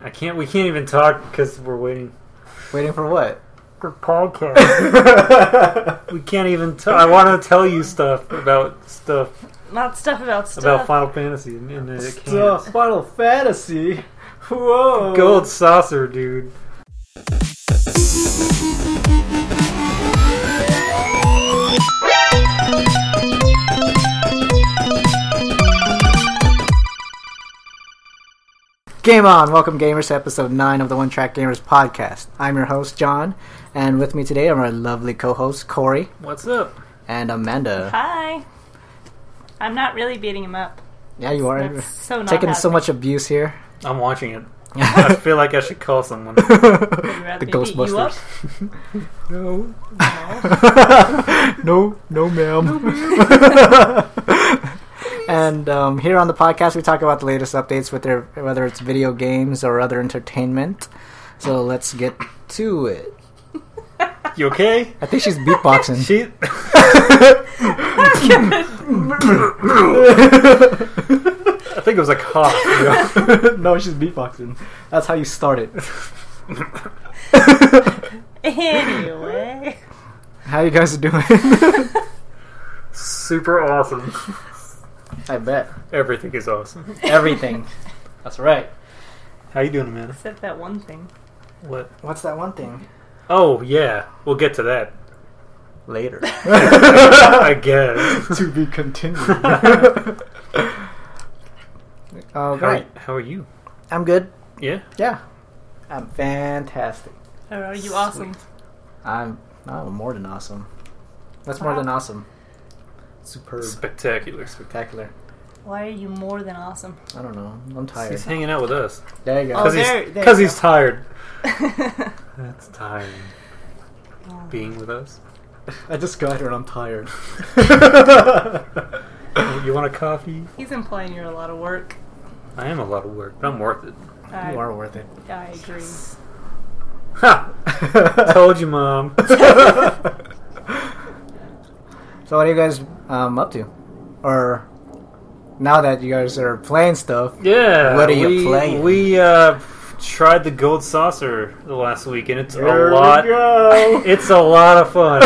I can't. We can't even talk because we're waiting Waiting for what? for podcast. we can't even. T- I want to tell you stuff about stuff, Not stuff about stuff. about Final Fantasy, and, and it Stuff, can't. Final Fantasy. Whoa. Gold saucer, dude. Game on. Welcome, gamers, to episode 9 of the One Track Gamers podcast. I'm your host, John, and with me today are our lovely co hosts, Corey What's up? and Amanda. Hi. I'm not really beating him up. Yeah, you are That's so not taking so happening. much abuse here. I'm watching it. I feel like I should call someone. Would you rather the me beat you up? Ghostbusters. No. No. no, no, ma'am. and um, here on the podcast, we talk about the latest updates with their whether it's video games or other entertainment. So let's get to it. You okay? I think she's beatboxing. She. I think it was a cough. you know? no, she's beatboxing. That's how you start it. anyway. How you guys doing? Super awesome. I bet Everything is awesome. everything. That's right. How you doing, Amanda? Except that one thing. What? What's that one thing? Oh yeah, we'll get to that. Later. I guess. to be continued. Uh, How, All right. how are you? I'm good. Yeah. Yeah. I'm fantastic. Or Oh, are you awesome? I'm oh, more than awesome. That's more than awesome. Superb. Spectacular. Spectacular. Why are you more than awesome? I don't know. I'm tired. He's hanging out with us There you go. Oh, because there- he's there because you he's tired. oh, That's tiring. Being with us. I just got here and I'm tired. You want a coffee? he's implying you're a lot of work. I am a lot of work, but I'm worth it. I, You are worth it. I agree. Ha! Told you, mom. so what are you guys um, up to? Or now that you guys are playing stuff, Yeah. What are you we, playing? We uh, tried the gold saucer the last week, and it's a lot. go. It's a lot of fun.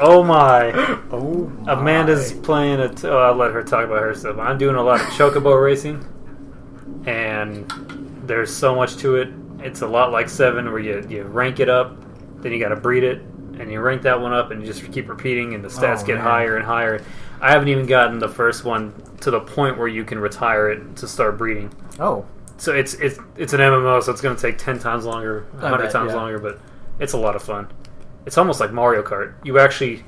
oh my! oh, Amanda's my. playing it. Oh, I'll let her talk about her stuff. I'm doing a lot of chocobo racing, and there's so much to it. It's a lot like Seven, where you you rank it up, then you got to breed it, and you rank that one up, and you just keep repeating, and the stats Oh, get man. higher and higher. I haven't even gotten the first one to the point where you can retire it to start breeding. Oh, So it's it's it's an MMO, so it's going to take ten times longer, I hundred bet, times yeah. longer, but it's a lot of fun. It's almost like Mario Kart. You actually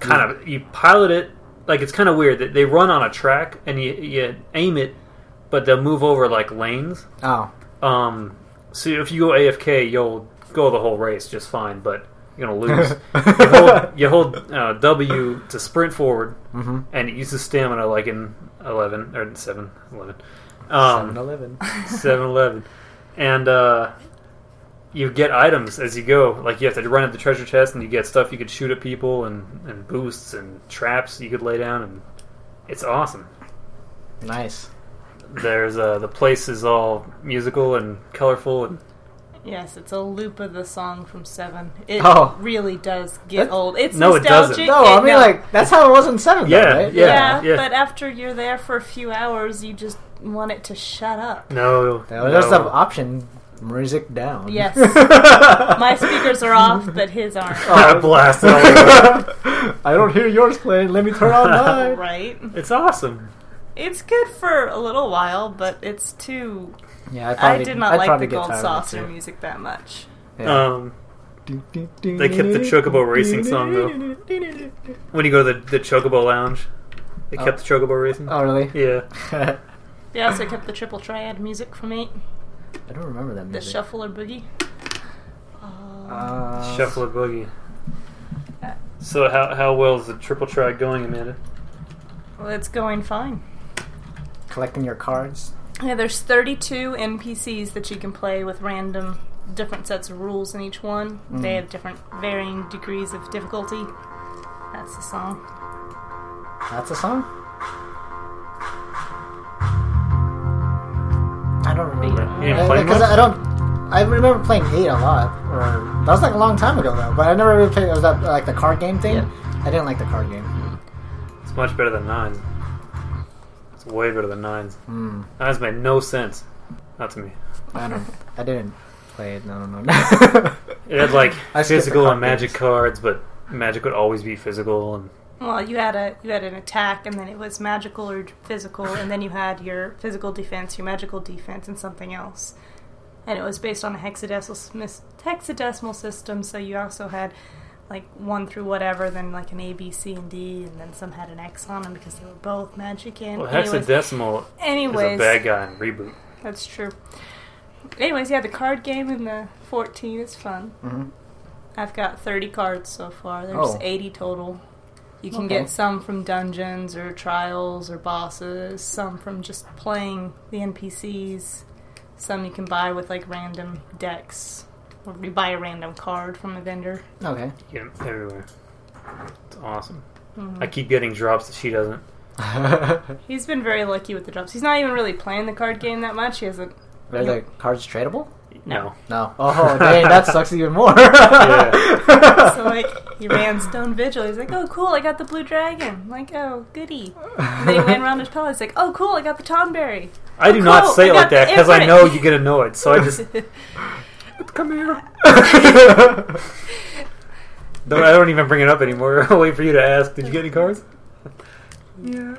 kind of you pilot it like it's kind of weird that they run on a track and you you aim it, but they'll move over like lanes. oh, Um, so if you go AFK, you'll go the whole race just fine, but you're gonna lose. you hold, you hold uh, W to sprint forward, Mhm. and it uses stamina like in eleven or seven eleven. Seven Um, Eleven. 7 Eleven. And uh, you get items as you go. Like, you have to run at the treasure chest and you get stuff you could shoot at people and, and boosts and traps you could lay down. And it's awesome. Nice. There's uh, the place is all musical and colorful. And Yes, it's a loop of the song from Seven. It Oh. really does get That- old. It's No, it doesn't. nostalgic. No, I and- mean like that's how it was in seven. though, Yeah, right? yeah. yeah, yeah. but after you're there for a few hours, you just want it to shut up. no, That was just an no. option. Music down. Yes. My speakers are off, but his aren't. I blasted all over. I don't hear yours playing. Let me turn on mine. Right? It's awesome. It's good for a little while, but it's too. Yeah, I, I did not I'd like probably the get Gold tired of it, Saucer too. music that much. Yeah. Um, they kept the Chocobo Racing song, though. when you go to the, the Chocobo Lounge, they Oh. kept the Chocobo Racing. Oh really? Yeah. They also kept the triple triad music from eight, I don't remember that the music. shuffle or boogie. Um, Uh, Shuffle a boogie. Uh, So how how well is the triple try going, Amanda? well, it's going fine. Collecting your cards. Yeah, there's 32 NPCs that you can play with random different sets of rules in each one. They have different varying degrees of difficulty. That's the song. That's a song. I don't remember. Uh, You didn't play Because much? I don't. I remember playing eight a lot. Or, that was like a long time ago though. But I never really played. It was that like the card game thing. Yeah. I didn't like the card game. It's much better than nines. It's way better than nines. Mm, Nines made no sense. Not to me. I don't. I didn't play it. No, no, no. It had like I skipped the physical card and magic games. cards, but magic would always be physical and Well, you had a you had an attack, and then it was magical or physical, and then you had your physical defense, your magical defense, and something else. And it was based on a hexadecimal smis- hexadecimal system, so you also had like one through whatever, then like an A, B, C, and D, and then some had an X on them because they were both magic and well, anyways- hexadecimal is a Anyways, bad guy in reboot. that's true. Anyways, yeah, the card game in the fourteen is fun. Mhm. I've got 30 cards so far. There's Oh. 80 total. You can Okay. get some from dungeons or trials or bosses, some from just playing the NPCs, some you can buy with like random decks, or you buy a random card from a vendor. Okay. Yeah, everywhere. It's awesome. I keep getting drops that she doesn't. Mm-hmm. He's been very lucky with the drops. He's not even really playing the card game that much. He hasn't. Are the cards tradable? No. No. Oh, dang, that sucks even more. Yeah. So, like, he ran Stone Vigil. He's like, oh, cool, I got the blue dragon. like, oh, goody. And then he ran around his palace. He's like, oh, cool, I got the Tonberry. I do Oh, not cool, say I it like got that because I Everett. know you get annoyed. So I just come here. Don't, I don't even bring it up anymore. I wait for you to ask. Did you get any cards? Yeah,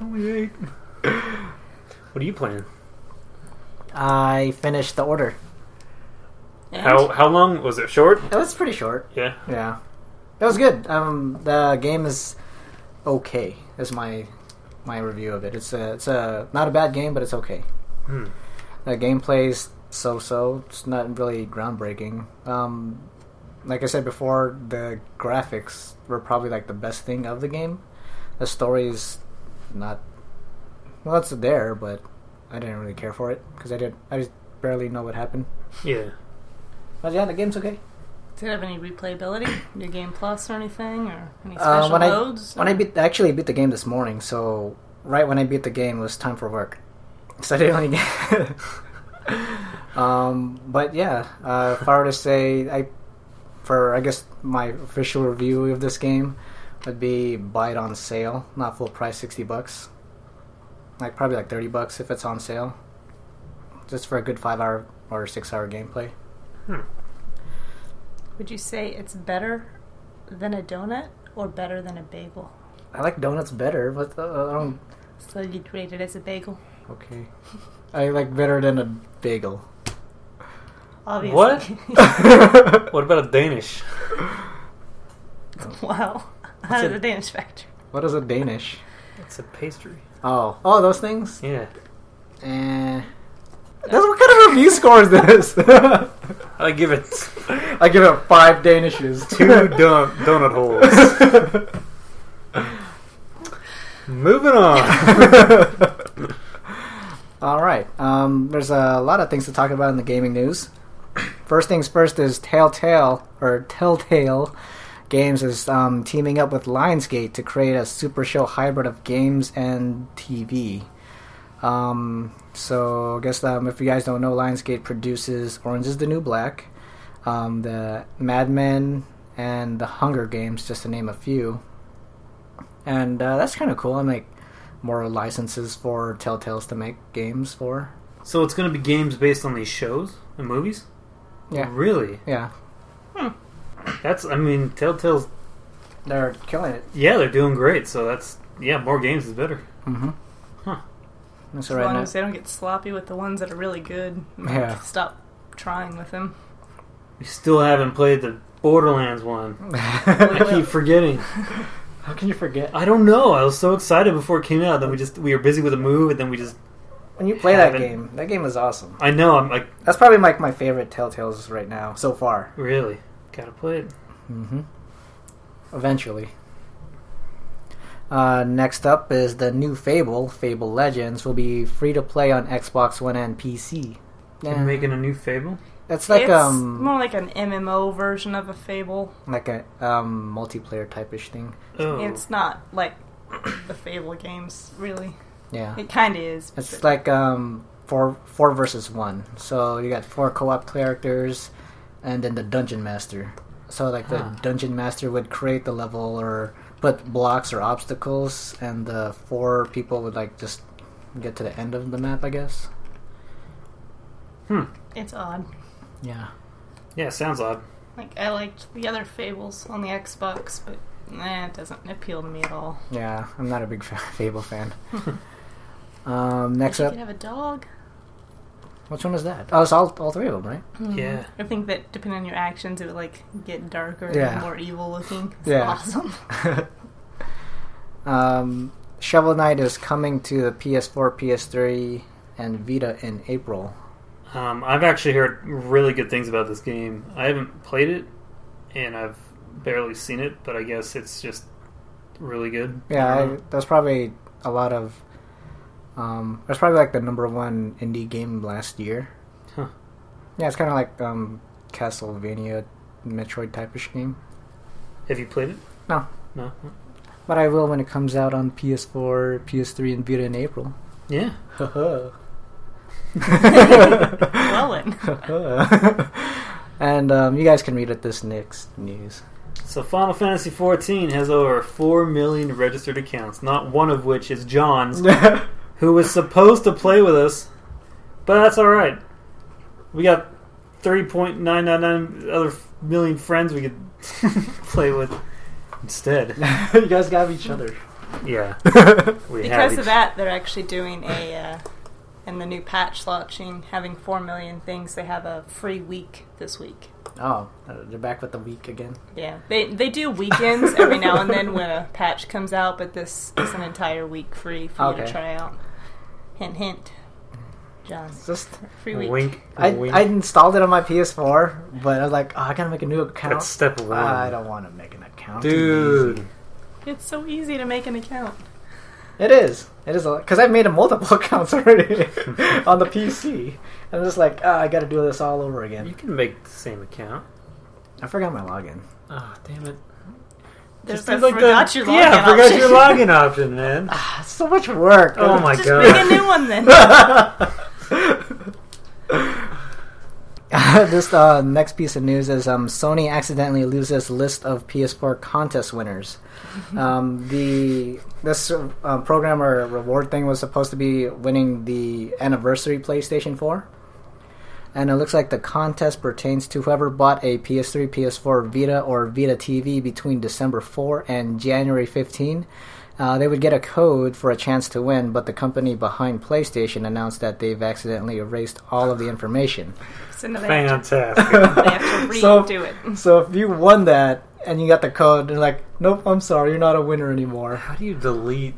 only eight. What are you playing? I finished the order. And- How how long was it? Short? It was pretty short. Yeah. Yeah, it was good. Um, the game is okay. Is my my review of it. It's a it's a not a bad game, but it's okay. Hmm. The gameplay's so so. It's not really groundbreaking. Um, like I said before, the graphics were probably like the best thing of the game. The story's not well. It's there, but I didn't really care for it because I did. I just barely know what happened. Yeah. But yeah, the game's okay. Did it have any replayability? New game plus or anything? Or any special Uh, when I- modes? When I beat, I actually beat the game this morning. So right when I beat the game, it was time for work. So I didn't really get. um, but yeah, uh, if I were to say, I for I guess my official review of this game would be buy it on sale, not full price, sixty bucks. Like probably like thirty bucks if it's on sale, just for a good five hour or six hour gameplay. Would you say it's better than a donut or better than a bagel? I like donuts better, but uh, I don't. So you'd rate it as a bagel, Okay, I like better than a bagel. obviously. What about a Danish? wow. What's Out of a- the Danish factor. What is a Danish? It's a pastry. Oh, oh, those things. Yeah. Eh. That's what kind of review score is this? I give it I give it five Danishes. two don- donut holes. Moving on. All right. Um, there's a lot of things to talk about in the gaming news. First things first is Telltale or Telltale Games is um, teaming up with Lionsgate to create a super show hybrid of games and TV. Um, so I guess um, if you guys don't know, Lionsgate produces Orange Is the New Black, um, the Mad Men, and the Hunger Games, just to name a few. And uh, that's kind of cool. I make more licenses for Telltales to make games for. so it's going to be games based on these shows and movies. Yeah, Really? yeah, That's. I mean, Telltale's. they're killing it. Yeah, they're doing great. So that's. Yeah, more games is better. Mm-hmm. Huh. That's As right. long now- as they don't get sloppy with the ones that are really good. Like, Yeah. Stop trying with them. We still haven't played the Borderlands one. I Well, keep forgetting. How can you forget? I don't know. I was so excited before it came out. Then we just we were busy with a move, and then we just. When you play that Haven't- game, that game is awesome. I know. I'm like, That's probably like my favorite Telltales right now so far. really gotta play it. Mm-hmm. Eventually. Uh, next up is the new Fable, Fable Legends, will be free to play on Xbox One and PC. They're Yeah. making a new Fable. It's like it's um more like an MMO version of a fable. like a um multiplayer type-ish thing. Oh, It's not like the fable games, really. Yeah. It kind of is. It's Ah. like um four four versus one. So you got four co-op characters, and then the dungeon master. So like the Huh. dungeon master would create the level or put blocks or obstacles, and the four people would like just get to the end of the map, I guess. Hmm. It's odd. Yeah. Yeah, sounds odd. Like I liked the other Fables on the Xbox, but nah, it doesn't appeal to me at all. Yeah, I'm not a big fa- Fable fan. um, next Like, up, you could have a dog. which one is that? Oh, it's all, all three of them, right? Yeah. Mm-hmm. I think that depending on your actions, it would like get darker Yeah. and more evil looking. It's Yeah. awesome. um, Shovel Knight is coming to the PS4, PS3, and Vita in April. Um, I've actually heard really good things about this game. I haven't played it, and I've barely seen it, but I guess it's just really good. Um, Yeah, I I, don't that's probably a lot of. Um, that's probably like the number one indie game last year. Huh. Yeah, it's kind of like um, Castlevania, Metroid type-ish game. know. Have you played it? No, No. but I will when it comes out on PS4, PS3, and Vita in April. Yeah. Well then. and um, you guys can read it this next news. So Final Fantasy XIV has over four million registered accounts, not one of which is John's, who was supposed to play with us, but that's all right. We got three point nine nine nine other f- million friends we could play with instead. you guys got each other. Yeah, we have Because each- of that, they're actually doing a uh, in the new patch launching, having four million things. They have a free week this week. Oh, uh, they're back with the week again. Yeah, they they do weekends every now and then when a patch comes out, but this is an entire week free for you Okay. to try out. Hint, hint. John, It's just free week. Wink, I, wink. I installed it on my PS4, but I was like, oh, I gotta make a new account. That's step one. I don't want to make an account, Dude. It's so easy to make an account. It is. It is because I've made multiple accounts already on the PC. I'm just like, oh, I gotta do this all over You again. can make the same account. I forgot my login. Ah, damn it. There's do I like the- forgot your login. Yeah, I forgot option. your login option, man. Ah, so much work. Oh my Just god. make a new one then. this uh, next piece of news is um, Sony accidentally loses list of PS4 contest winners. Um, the this uh, program or reward thing was supposed to be winning the anniversary PlayStation 4, and it looks like the contest pertains to whoever bought a PS3, PS4, Vita, or Vita TV between December 4 and January 15. Uh, they would get a code for a chance to win, but the company behind PlayStation announced that they've accidentally erased all of the information. So now they have to- Fantastic. they have to So- redo it. So if you won that and you got the code, they're like, nope, I'm sorry, you're not a winner anymore. How do you delete?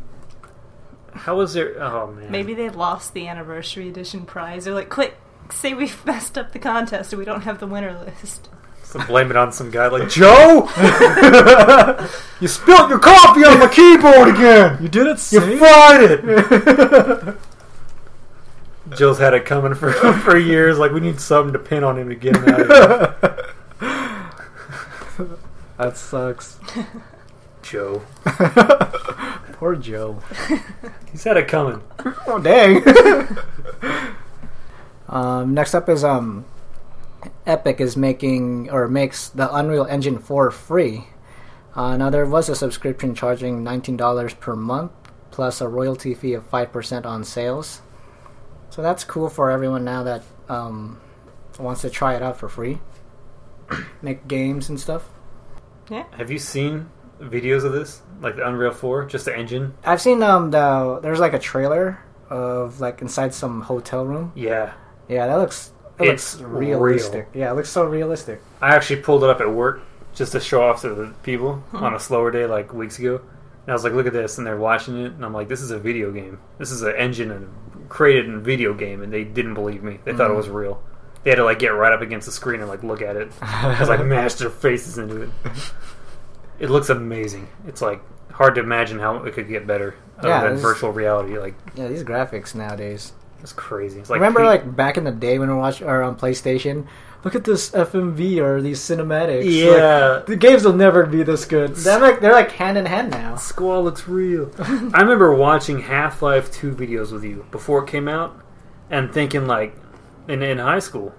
How was there? Oh man. Maybe they lost the anniversary edition prize. They're like, quick, say we've messed up the contest and we don't have the winner list. So blame it on some guy like Joe. you spilled your coffee on my keyboard again. You did it, You fried it. Jill's had it coming for for years. Like we need something to pin on him to get him out of here. that sucks. Joe. Poor Joe. He's had it coming. Oh dang. um, next up is um, Epic is making or makes the Unreal Engine 4 free. Uh, now there was a subscription charging $19 per month plus a royalty fee of 5% on sales. So that's cool for everyone now that um, wants to try it out for free. Make games and stuff. Have you seen videos of this? Like the Unreal Four, just the engine. I've seen um the there's like a trailer of like inside some hotel room. Yeah. Yeah, that looks that It's looks realistic. Yeah, it looks so realistic. I actually pulled it up at work just to show off to the people on a slower day like weeks ago. And I was like, look at this. And they're watching it. And I'm like, this is a video game. This is an engine and created in a video game. And they didn't believe me. They thought it was real. They had to like get right up against the screen and like look at it. Because like mashed their faces into it. It looks amazing. It's like hard to imagine how it could get better other Yeah, than this- virtual reality. Like Yeah, these graphics nowadays. it's crazy. It's like Remember, pe- like back in the day when we watched or on PlayStation, look at this FMV or these cinematics. Like, yeah. the games will never be this good. They're like they're like hand in hand now. Squall looks real. I remember watching Half Life 2 videos with you before it came out, and thinking like in in high school.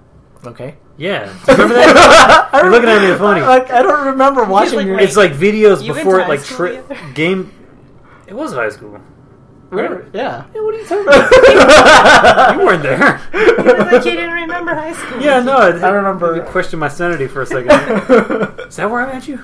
Okay. Yeah, Do you remember that? You're looking at me funny. Like, I don't remember watching like, your. wait. it's like videos You went before to it high like school tri- together? game. It was high school. Remember? Yeah. What are you talking about? you weren't there. You're like you didn't remember high school. Yeah, no, it, I remember- It questioned my sanity for a second. Is that where I'm at you?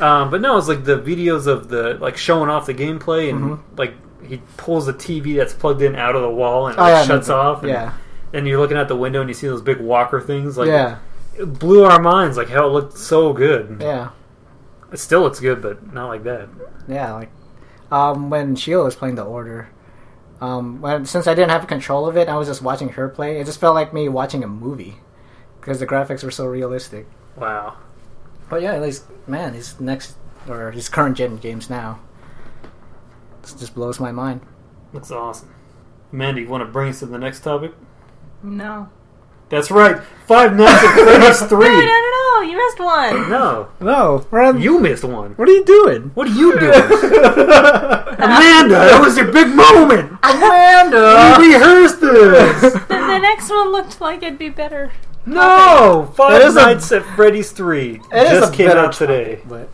Um, but no, it's like the videos of the like showing off the gameplay and Mhm. like he pulls the TV that's plugged in out of the wall and it, Oh, like, yeah, I shuts remember. off. And, Yeah. and you're looking out the window and you see those big walker things. Like, yeah. it blew our minds. Like how it looked so good. Yeah. It still looks good, but not like that. Yeah. Like, um, when Sheila was playing the Order, um, when, since I didn't have control of it, I was just watching her play. It just felt like me watching a movie because the graphics were so realistic. Wow. But yeah, at least man, these next or these current gen games now, this just blows my mind. Looks awesome. Mandy, you want to bring us to the next topic? No. That's right. Five Nights at Freddy's No, three. no, no, no. You missed one. No, No, Ren, you missed one. what are you doing? What are you doing, Amanda? That was your big moment. Amanda, We rehearsed this. The, the next one looked like it'd be better. No, Five That is Oh, a- Nights at Freddy's Three It is just a came better out today. but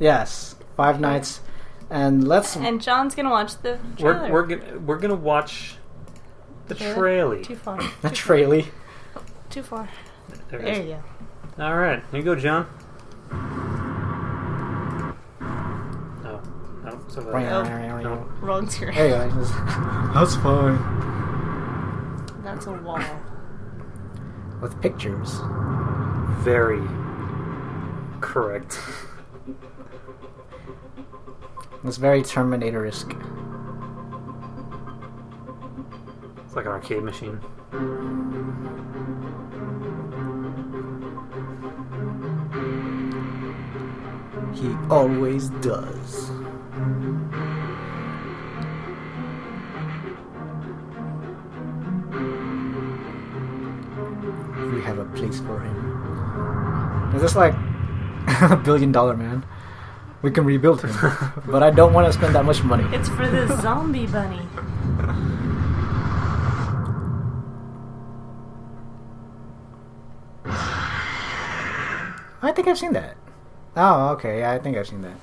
yes, Five Nights, and let's And John's gonna watch the trailer. We're, we're gonna we're gonna watch the Trailer? trailer. Too far. Traley. Too far. There it There is. you go. All right, here you go, John. No, no, so Right, that- right, right, right, No. right. Wrong screen. There you go. Just- That's fine. That's a wall. With pictures. very correct. It's very Terminator esque. It's like an arcade machine. He always does. We have a place for him. Is this like a billion dollar man? We can rebuild him, but I don't want to spend that much money. It's for the zombie bunny. I think I've seen that. Oh, okay. Yeah, I think I've seen that.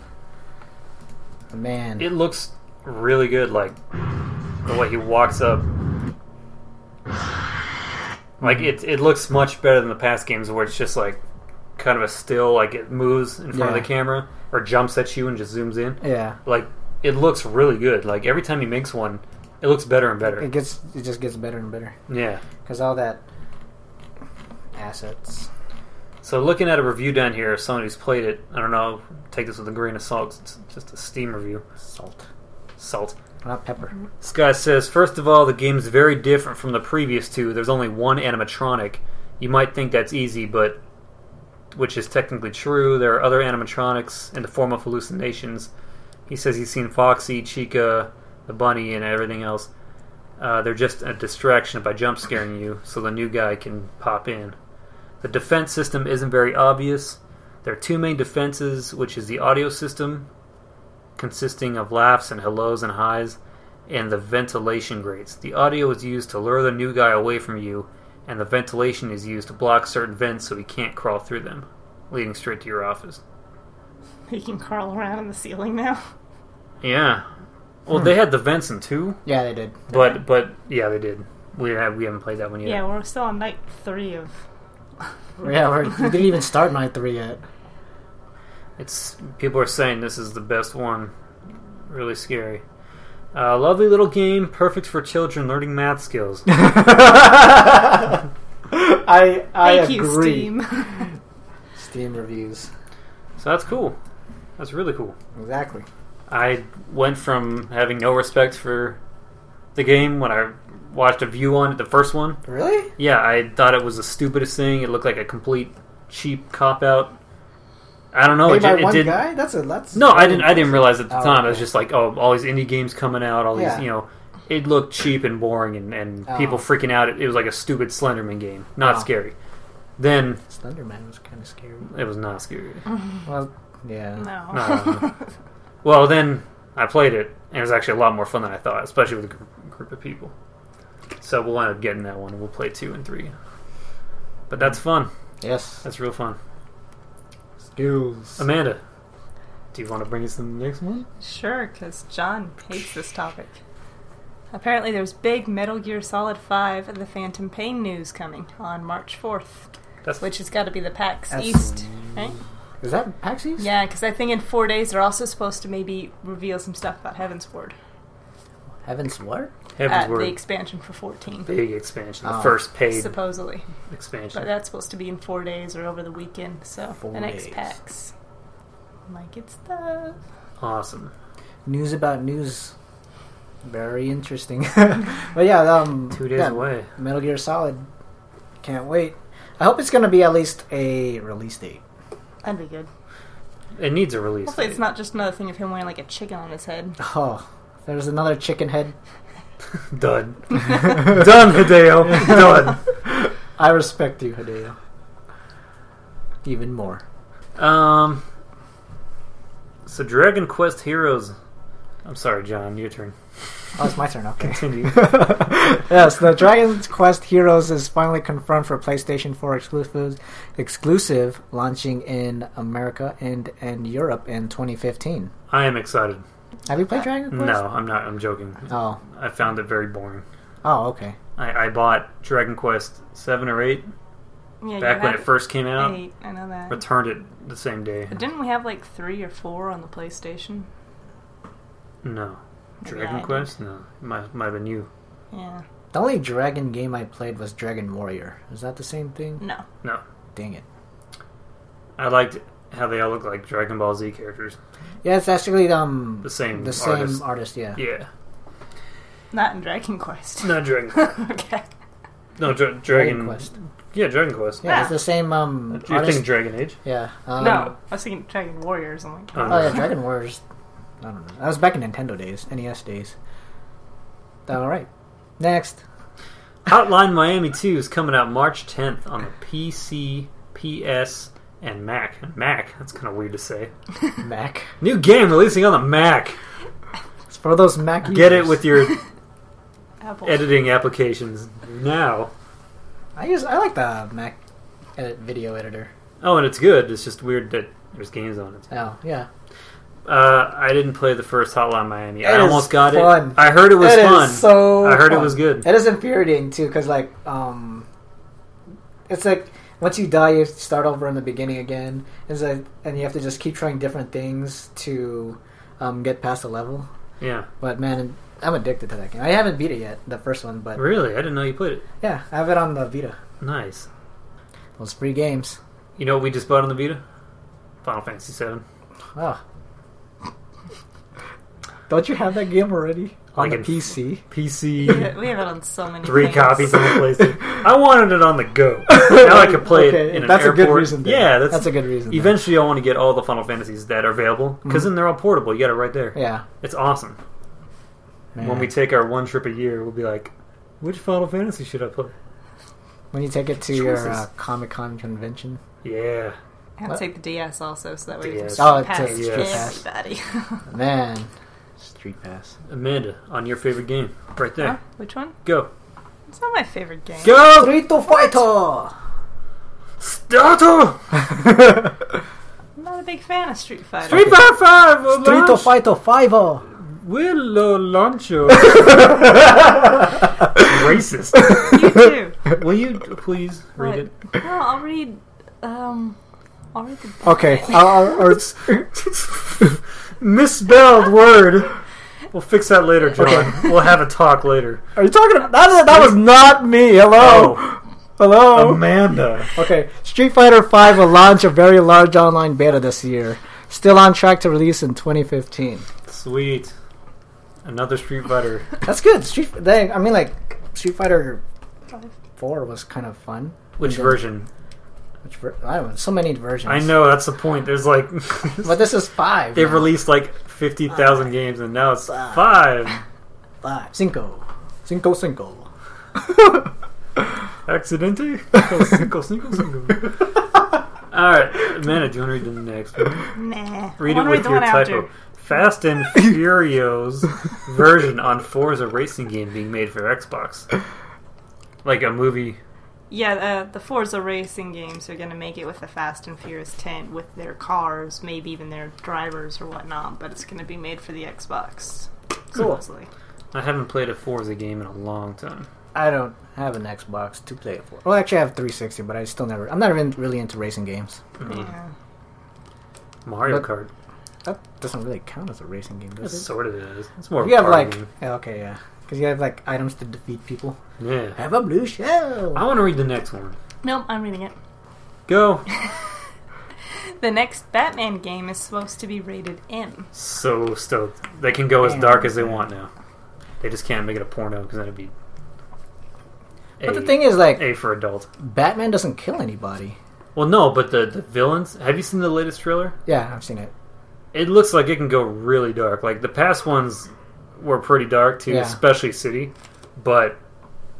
Man, It looks really good, like the way he walks up. Like it, it looks much better than the past games where it's just like kind of a still, like it moves in front of the Yeah. camera or jumps at you and just zooms in. yeah, Like it looks really good. Like every time he makes one, it looks better and better. it gets it just gets better and better Yeah. because all that assets. So looking at a review down here, if somebody's played it, I don't know. Take this with a grain of salt. 'cause It's just a Steam review. Salt. Salt. Not pepper. Mm-hmm. This guy says, first of all, the game's very different from the previous two. There's only one animatronic. You might think that's easy, but which is technically true. There are other animatronics in the form of hallucinations. He says he's seen Foxy, Chica, the bunny, and everything else. Uh, they're just a distraction by jump scaring you, so the new guy can pop in. The defense system isn't very obvious. There are two main defenses, which is the audio system, consisting of laughs and hellos and highs, and the ventilation grates. The audio is used to lure the new guy away from you, and the ventilation is used to block certain vents so he can't crawl through them, leading straight to your office. He can crawl around in the ceiling now. Yeah. Well, they had the vents in two, Yeah, they Hmm. did. Mm-hmm. but but yeah, they did. We have we haven't played that one yet. Yeah, we're still on night three of. Yeah, we're, we didn't even start night three yet. It's people are saying this is the best one. Really scary. Uh, lovely little game, perfect for children learning math skills. I I Thank you, agree. Steam. Steam reviews. so that's cool. That's really cool. Exactly. I went from having no respect for the game when I watched a view on it, the first one. Really? Yeah, I thought it was the stupidest thing. It looked like a complete cheap cop out. I don't know. Made it, ju- by it one didn't. guy? That's a that's No, I didn't. I didn't realize at the Oh, time. I was okay. just like, oh, all these indie games coming out. All Yeah. these, you know, it looked cheap and boring, and, and Oh. people freaking out. It, it was like a stupid Slenderman game. Not Oh. scary. Then Slenderman was kind of scary. it was not scary. Well, yeah. Mm-hmm. No. No. Well, then I played it, and it was actually a lot more fun than I thought, especially with a gr- group of people. So we'll end up getting that one. We'll play two and three. But that's fun. Yes. That's real fun. Skills. Amanda, do you want to bring us the next one? Sure, because John hates this topic. Apparently, there's big Metal Gear Solid 5 and the Phantom Pain news coming on March 4th, That's which has got to be the PAX That's- East, right? Is that PAX East? Yeah, because I think in four days they're also supposed to maybe reveal some stuff about Heaven's Ward Heaven's what? Heaven's at uh, the Word. expansion for 14, Big expansion. The Oh. first paid supposedly. But uh, expansion. that's supposed to be in four days or over the weekend, so Four the next days. PAX. Like it's the Awesome. News about news. Very interesting. but yeah, um, Two days yeah, away. Metal Gear Solid. Can't wait. I hope it's going to be at least a release date. that'd be good. It needs a release. Hopefully, it's date. not just another thing of him wearing like a chicken on his head. Oh, there's another chicken head. Done. Done, Hideo. Done. I respect you, Hideo. Even more. Um. So Dragon Quest Heroes. I'm sorry, John. Your turn. Oh, it's my turn. Okay. Continue. yes, the Dragon Quest Heroes is finally confirmed for PlayStation 4 exclusive, exclusive launching in America and, and Europe in 2015. I am excited. Have you played Dragon Quest? No, I'm not. I'm joking. Oh. I found it very boring. Oh, okay. I, I bought Dragon Quest seven or eight Yeah, back you uh, when had it first came out. eight. I know that. Returned it the same day. But didn't we have like three or four on the PlayStation? No. Maybe Dragon I did. Quest? No. Might, might have been you. Yeah. The only Dragon game I played was Dragon Warrior. Is that the same thing? No. No. Dang it. I liked how they all look like Dragon Ball Z characters. Yeah, it's actually um The same the same artist. artist. yeah. Yeah. Not in Dragon Quest. No, Dragon okay. No, dra- Dragon... Dragon Quest. Yeah, Dragon Quest. Yeah, it's Ah. the same um Do you artist. think Dragon Age? yeah. Um, no. I was thinking Dragon Warriors. I'm like, Oh, Oh yeah, Dragon Warriors. I don't know. That was back in Nintendo days, NES days. All right. Next. Hotline Miami 2 is coming out March 10th on the PC, PS, and Mac. And Mac, that's kind of weird to say. Mac. New game releasing on the Mac. It's for those Mac users. Get it with your Apple. editing applications now. I use I like the Mac edit video editor. Oh, and it's good. It's just weird that there's games on it. Oh, yeah. Uh, I didn't play the first Hotline Miami. It I is almost got fun. it. I heard it was It is fun. so I heard it fun. was good. It is infuriating too, because like, um, it's like once you die, you start over in the beginning again. It's like, and you have to just keep trying different things to um, get past the level. Yeah, But man, I'm addicted to that game. I haven't beat it yet, the first one, but really. I didn't know you played it. yeah, I have it on the Vita. Nice. Those free games. You know what we just bought on the Vita? Final Fantasy Seven. Oh. Don't you have that game already on Like the in- PC? PC. we have we have it on so many. Three things. copies on the PlayStation. I wanted it on the go. Now I could play it Okay, in an that's a good airport. reason then. Yeah, that's, That's a good reason then. Mm-hmm. Eventually, I want to get all the Final Fantasies that are available because then they're all portable. You got it right there. Yeah. It's awesome. When Man. we take our one trip a year, we'll be like, which Final Fantasy should I play? when you take it to your Choices. uh, Comic Con convention. Yeah. And What? take the DS also, so that way DS. you Oh, it can pass takes- yes. everybody. Man. Street Pass. Amanda, on your favorite game. Right there. Huh? Which one? Go. It's not my favorite game. Go! Street to Fighter! Starter! I'm not a big fan of Street Fighter. Street Fighter 5! will Street to launch- Fighter oh. 5 Will uh, launch you. Racist. you too. Will you please read it? What? No, I'll read. Um, I'll read the Okay. uh, I'll, I'll- Misspelled word. We'll fix that later, John. We'll have a talk later. are you talking about that? That was not me. Oh. Hello. Hello. Amanda. Okay, Street Fighter V will launch a very large online beta this year. Still on track to release in 2015. Sweet. Another Street Fighter. That's good. Street. They, I mean, like Street Fighter Oh. Five. Four was kind of fun. Which And then- version? Which ver- I don't know. So many versions. I know, that's the point. There's like. But this is five. They've now. released like 50,000 games and now it's Five. five. five. Cinco. Cinco. Cinco. Accidente? Cinco, cinco, cinco. Alright, Amanda, do you want to read the next one? Nah. Read I it wanna with the your one typo. After. Fast and Furious version on Forza racing game being made for Xbox. Like a movie. Yeah, uh, the Forza racing games are going to make it with the Fast and Furious 10 with their cars, maybe even their drivers or whatnot, but it's going to be made for the Xbox. Cool. Supposedly. I haven't played a Forza game in a long time. I don't have an Xbox to play it for. Well, actually, I have 360, but I still never. I'm not even really into racing games. Hmm. Yeah. Mario But- Kart. That doesn't really count as a racing game, That does it? sort of is. It's more. of a you have party like game. yeah, okay, yeah, because you have like items to defeat people. Yeah. Have a blue shell. I want to read the next one. Nope, I'm reading it. Go. The next Batman game is supposed to be rated M. So stoked. They can go as Yeah. dark as they want now. They just can't make it a porno because that'd be. A, But the thing is, like, A for adult. Batman doesn't kill anybody. Well, no, but the, the villains. Have you seen the latest trailer? Yeah, I've seen it. It looks like it can go really dark. Like the past ones were pretty dark too, Yeah. especially City. But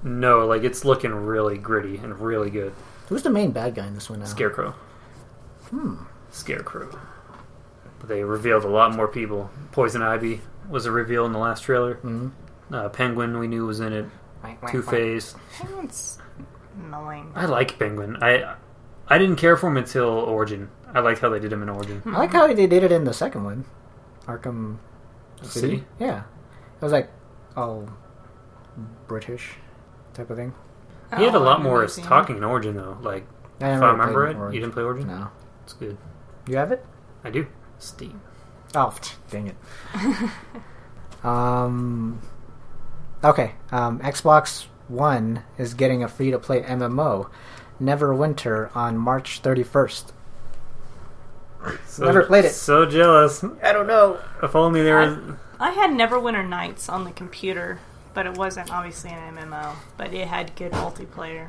no, like it's looking really gritty and really good. Who's the main bad guy in this one now? Scarecrow. Hmm. Scarecrow. They revealed a lot more people. Poison Ivy was a reveal in the last trailer. Mhm. Uh, Penguin, we knew was in it. Two Face. Penguin's annoying. I like Penguin. I I didn't care for him until Origin. I liked how they did him in Origin. I like how they did it in the second one, Arkham City. City? Yeah, it was like all British type of thing. He had a Oh, lot I'm more losing. talking in Origin though. Like if I never I played remember it, Orange. you didn't play Origin. No, It's good. you have it. I do. Steve. Oh, dang it. um, okay. Um, Xbox One is getting a free to play MMO, Neverwinter, on March 31st. So, Never played it. So jealous. I don't know. If only there was. I had Neverwinter Nights on the computer, but it wasn't obviously an MMO, but it had good multiplayer.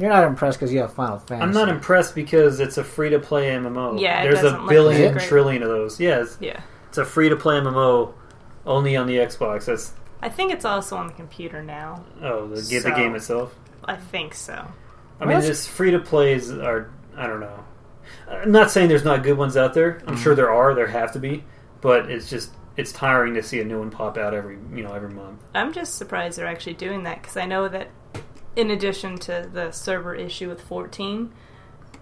You're not impressed because you have Final Fantasy. I'm not impressed because it's a free to play MMO. Yeah, it there's doesn't a look billion great. trillion of those. Yeah, it's, Yeah. it's a free to play MMO only on the Xbox. That's I think it's also on the computer now. oh the, ga- So- the game itself. I think so. I Well, mean, that's- this free to plays are I don't know. I'm not saying there's not good ones out there. I'm Mm-hmm. sure there are. There have to be, but it's just it's tiring to see a new one pop out every you know every month. I'm just surprised they're actually doing that because I know that in addition to the server issue with 14,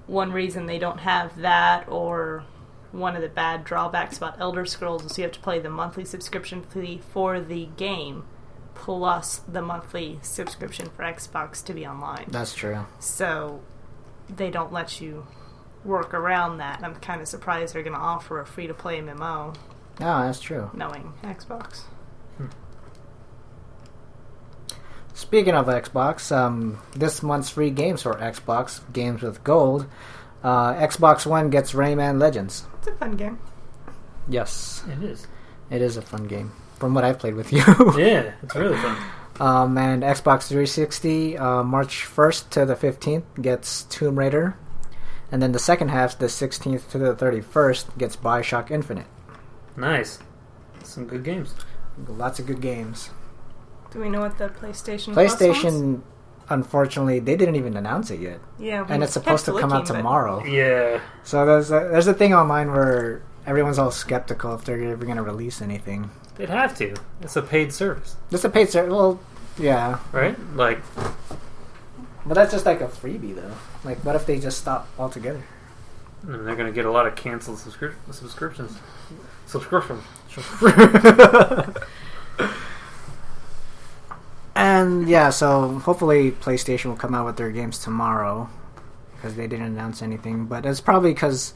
one reason they don't have that or one of the bad drawbacks about Elder Scrolls is you have to play the monthly subscription fee for the game plus the monthly subscription for Xbox to be online. That's true. So they don't let you work around that. I'm kind of surprised they're going to offer a free to play MMO No, that's true. knowing Xbox. Speaking of Xbox, um, this month's free games for Xbox games with gold. Uh, Xbox One gets Rayman Legends. It's a fun game. Yes, It is. it is a fun game. From what I've played with you. Yeah, it's really fun. Um, and Xbox 360, uh, March 1st to the 15th gets Tomb Raider. And then the second half, the 16th to the 31st, gets Bioshock Infinite. Nice. Some good games. Lots of good games. Do we know what the PlayStation Plus one's? PlayStation, unfortunately, they didn't even announce it yet. Yeah, we And it's supposed to kept come out looking, but- tomorrow. Yeah. So there's a, there's a thing online where everyone's all skeptical if they're ever going to release anything. They'd have to. It's a paid service, It's a paid service. Well, yeah. right? Mm-hmm. Like, But that's just like a freebie, though. Like, what if they just stop altogether? and they're going to get a lot of canceled subscri- subscriptions. Subscription. And yeah, so hopefully PlayStation will come out with their games tomorrow because they didn't announce anything. But it's probably because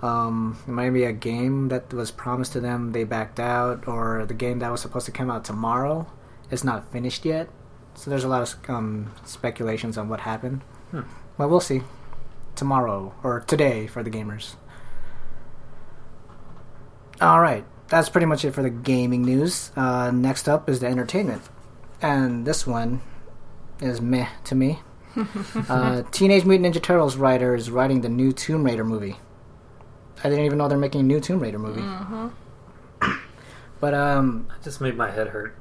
um, it might be a game that was promised to them they backed out, or the game that was supposed to come out tomorrow is not finished yet. So there's a lot of um, speculations on what happened. Hmm. But we'll see tomorrow or today for the gamers. All right, that's pretty much it for the gaming news. Uh, next up is the entertainment and this one is meh to me. uh, Teenage Mutant Ninja Turtles writer is writing the new Tomb Raider movie. I didn't even know they're making a new Tomb Raider movie. Hmm. Mm-hmm. But um, Just made my head hurt.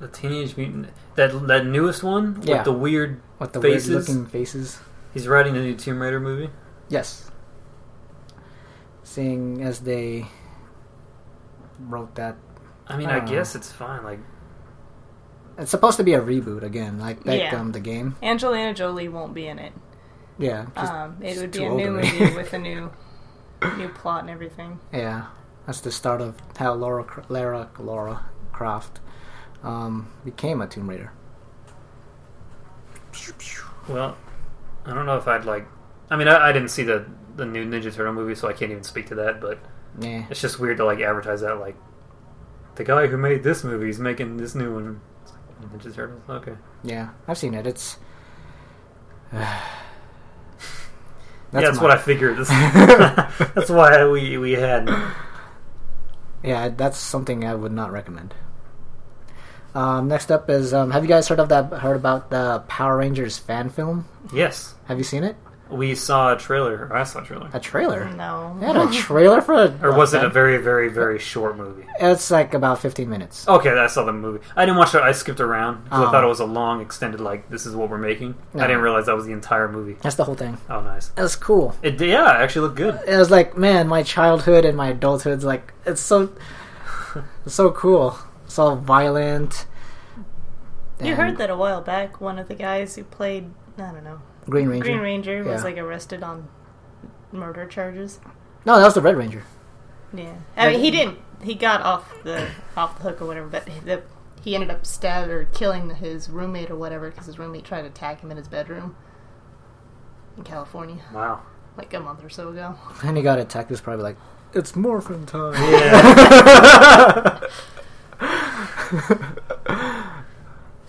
The Teenage Mutant. That that newest one Yeah. with the weird. with the Faces? weird looking faces, He's writing a new Tomb Raider movie. yes. Seeing as they wrote that. I mean, I I don't know. guess it's fine. Like, It's supposed to be a reboot again, like that Yeah. um, the game. Angelina Jolie won't be in it. Yeah, just- um, it just would too be a old new to me. movie with a new new plot and everything. yeah. That's the start of how Laura Cr- Lara Laura Croft um, became a Tomb Raider. well, I don't know if I'd like. I mean, I, I didn't see the the new Ninja Turtle movie, so I can't even speak to that. But Yeah, it's just weird to like advertise that. Like, the guy who made this movie is making this new one. It's like, oh, Ninja Turtles. Okay. yeah. I've seen it. It's. yeah, that's my- what I figured. This, that's why we we had. Yeah, that's something I would not recommend. Um, next up is, um, have you guys heard of that? Heard about the Power Rangers fan film? Yes, Have you seen it? we saw a trailer. Or I saw a trailer. A trailer? No. They had a trailer for a. Or was it a very, very, very short movie? It's like about 15 minutes. Okay, I saw the movie. I didn't watch it. I skipped around 'cause Oh. I thought it was a long, extended. Like this is what we're making. No. I didn't realize that was the entire movie. That's the whole thing. Oh, nice. It was cool. It yeah, it actually looked good. It was like, man, my childhood and my adulthood's like, it's so, it's so cool. It's all violent. You And heard that a while back. One of the guys who played I don't know Green Ranger. Green Ranger was Yeah. like arrested on murder charges. No, that was the Red Ranger. Yeah, I mean he didn't. He got off the off the hook or whatever, but the, he ended up stabbing or killing his roommate or whatever because his roommate tried to attack him in his bedroom in California Wow. like a month or so ago. And he got attacked. It was probably like, it's morphin' time. Yeah.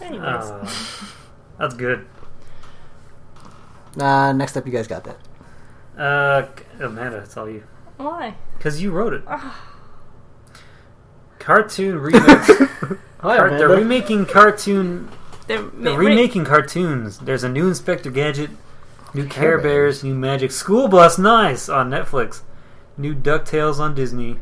Anyways, Uh, that's good. Uh, next up, you guys got that. Uh, Amanda, it's all you why? because you wrote it. Cartoon remakes. Car- they're remaking cartoon. They're, They're remaking cartoons. There's a new Inspector Gadget, new Care Bears. Bears, new Magic School Bus, nice on Netflix, new Ducktales on Disney,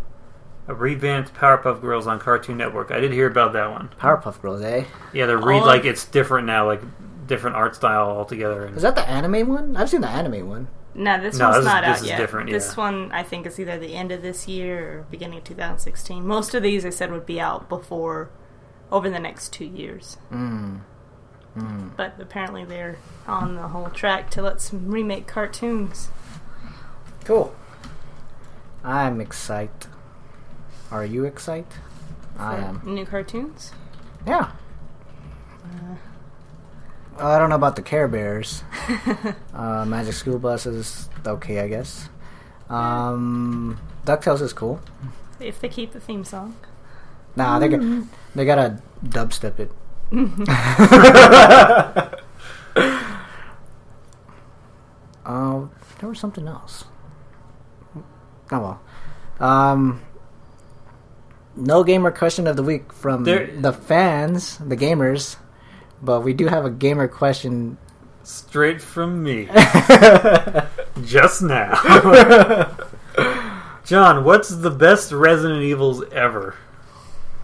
a revamped Powerpuff Girls on Cartoon Network. I did hear about that one. Powerpuff Girls, eh? Yeah, they're re- Oh. like it's different now, like different art style altogether. And, Is that the anime one? I've seen the anime one. No, this No, one's this is- not this out is yet. different, This yeah. one I think is either the end of this year or beginning of 2016. Most of these I said would be out before over the next two years. Hmm. Mm. Mm. But apparently they're on the whole track to let's remake cartoons. Cool. I'm excited. Are you excited? I for am. New cartoons. Yeah. Uh, I don't know about the Care Bears. Uh, Magic School Bus is okay, I guess. Um, Ducktales is cool. if they keep the theme song. Nah, they got, they gotta dubstep it. Um, there was something else. Oh well. Um, no gamer question of the week from There- the fans, the gamers, but we do have a gamer question. Straight from me, just now. John, what's the best Resident Evils ever?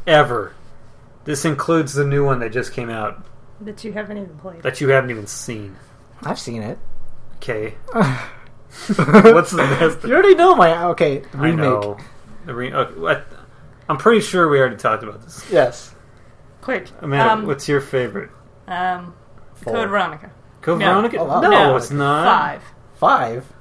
Ever. This includes the new one that just came out That you haven't even played. that you haven't even seen. I've seen it. Okay. What's the best? You already know my okay I remake. know. The re- okay, what- I'm pretty sure we already talked about this. Yes. Quick. Amanda, um, what's your favorite? um, Code Veronica. Code No. Veronica? Oh, wow. No, No. it's not. Five. Five.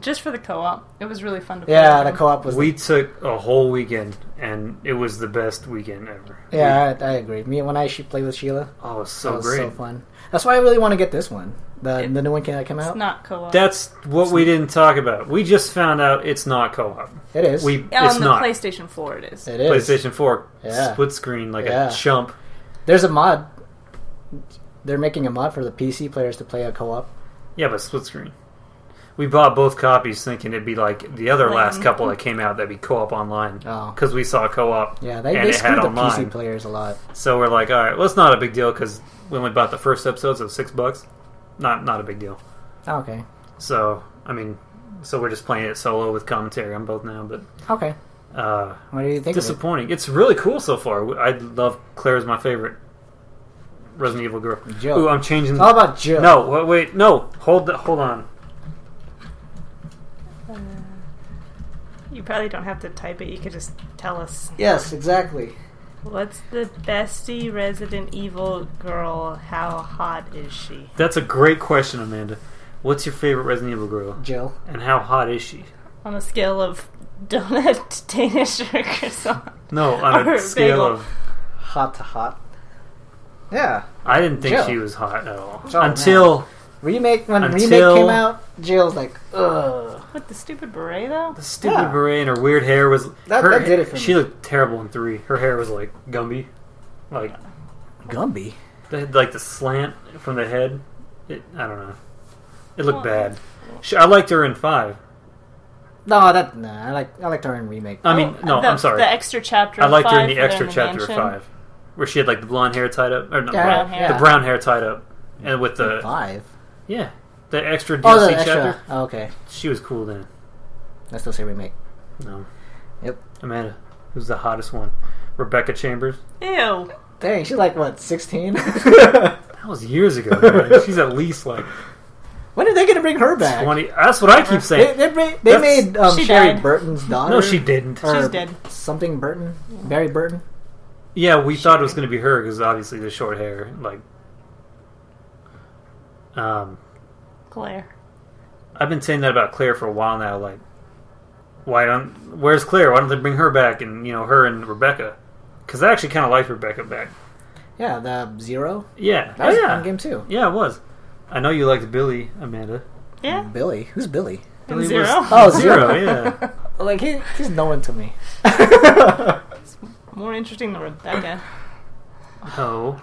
Just for the co-op. It was really fun to play. Yeah, with the them. co-op was. We took a whole weekend, and it was the best weekend ever. yeah, I, I agree. Me when I she played with Sheila, Oh, it was that so was great. so fun. That's why I really want to get this one. The It- the new one that came out. It's not co-op. That's what we didn't talk about. We just found out it's not co-op. it is. We on it's the not PlayStation 4 it is. it is. PlayStation Four Yeah. split screen like Yeah. a chump. There's a mod. They're making a mod for the PC players to play a co-op. Yeah, but split screen. We bought both copies thinking it'd be like the other last Lame. couple that came out that'd be co-op online Oh. because we saw co-op. Yeah, they, and they it had screwed the online. PC players a lot. So we're like, all right, well, it's not a big deal because when we bought the first episodes, it was six bucks. Not not a big deal. Oh, okay. So I mean, so we're just playing it solo with commentary on both now, but. Okay. Uh, What do you think? of it? disappointing. It's really cool so far. I love Claire's my favorite Resident Evil girl. Jill. Ooh, I'm changing. It's all about Jill. no, wait, wait, no. Hold the, hold on. Uh, You You probably don't have to type it. You could just tell us. Yes, exactly. What's the bestie Resident Evil girl? How hot is she? That's a great question, Amanda. What's your favorite Resident Evil girl? Jill. And how hot is she? On a scale of donut, Danish, or croissant? No, on Or a scale bagel. of. Hot to hot. Yeah. I didn't think Jill. she was hot at all. Oh, man. Until Remake when Until- remake came out, Jill's like, ugh. With the stupid beret, though? the stupid Yeah. beret and her weird hair was. That- her, that did it for She me. looked terrible in three. Her hair was like Gumby. Like, Gumby. the, like the slant from the head. It, I don't know. It looked Well, bad. She, I liked her in five. No, that nah. I like I liked her in remake. I mean, no, Oh, the, I'm sorry. The extra chapter. I liked her in five the where they're extra chapter of mansion. five, where she had like the blonde hair tied up, or not Yeah, brown, yeah. the brown hair tied up, and with the Five. yeah, the extra DLC Oh, the chapter. extra. Oh, okay. She was cool then. I still say remake. No, Yep. Amanda, who's the hottest one? Rebecca Chambers. Ew. Dang, she's like what, sixteen? That was years ago. man. She's at least like when are they gonna bring her back? twenty. That's what I keep They, saying. they, bring- they That's- made um, She Sherry died. Burton's daughter. No, she didn't. or She's dead. Something Burton, Mary Burton. Yeah, we thought it was going to be her because obviously the short hair, like. Um, Claire. I've been saying that about Claire for a while now. Like, why don't? Where's Claire? Why don't they bring her back? And you know, her and Rebecca, because I actually kind of liked Rebecca back. Yeah, the Zero. Yeah, That was Oh, yeah, a fun game too. yeah. It was. I know you liked Billy, Amanda. Yeah. Billy, who's Billy? Billy Zero. Was, Oh, zero. Zero. Yeah, Like he, he's no one to me. Mm. More interesting than Rebecca. no.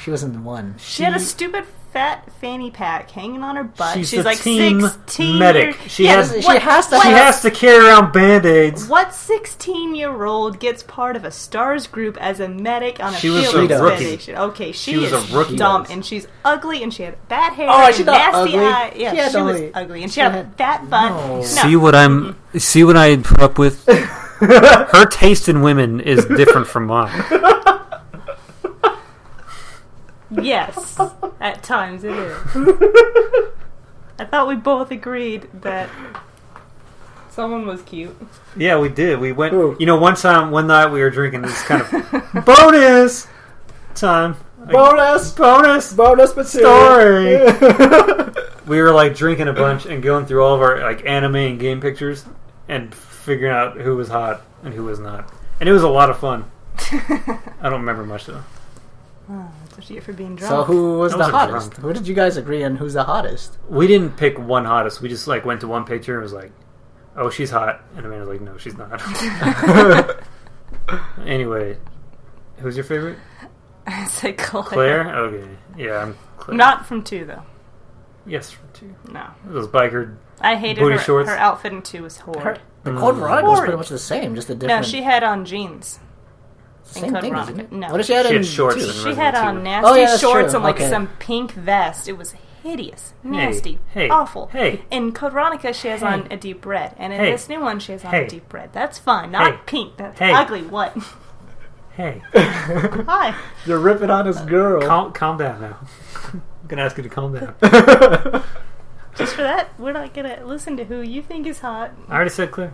she was in one. She, had a stupid fat fanny pack hanging on her butt. She's She's, the like team 16. medic. year- She Yeah, has- She what- has to. what- She has to carry around band aids. What 16 year old gets part of a STARS group as a medic on a She was field a rookie. expedition? Okay, she, She was is a rookie. She dumb was. and she's ugly and she had bad hair Oh, and she's not nasty ugly. eye. Yeah, She she, had was ugly- ugly and she she had, had- fat butt. No. No. See what I'm. See what I put up with. Her taste in women is different from mine. Yes, at times it is. I thought we both agreed that someone was cute. Yeah, we did. We went. Who? You know, one time, one night, we were drinking this kind of bonus time. Like, Bonus, bonus. bonus material. We were like drinking a bunch and going through all of our like anime and game pictures and figuring out who was hot and who was not. And it was a lot of fun. I don't remember much though. Ah, Oh, that's what you get for being drunk. so who was That the was a hottest? drunk. Who did you guys agree on? Who's the hottest? We didn't pick one hottest. We just like went to one picture and was like, "Oh, she's hot," and Amanda's like, "No, she's not." anyway, who's your favorite? I said Claire. Claire. Okay, yeah, I'm Claire. Not from two though. yes, from two. No, Those biker. I hated Booty her. shorts? Her outfit in two was horrid. Her, the Mm. Code Veronica was Horrid. pretty much the same, just a No, different. she had on jeans. same Code thing, Veronica. isn't it? No. What did she have She in had shorts two? and She Resident had on Evil. nasty Oh, yeah, that's shorts true. and like Okay. some pink vest. It was hideous, nasty, hey, awful. hey. In Code Veronica, she has Hey. on a deep red, and in Hey. this new one, she has on Hey. a deep red. That's fun, not Hey. pink. That's Hey. ugly. What? Hey, Hi. You're ripping on his girl. calm, calm down now. I'm gonna ask you to calm down. Just for that, we're not gonna listen to who you think is hot. I already said Claire.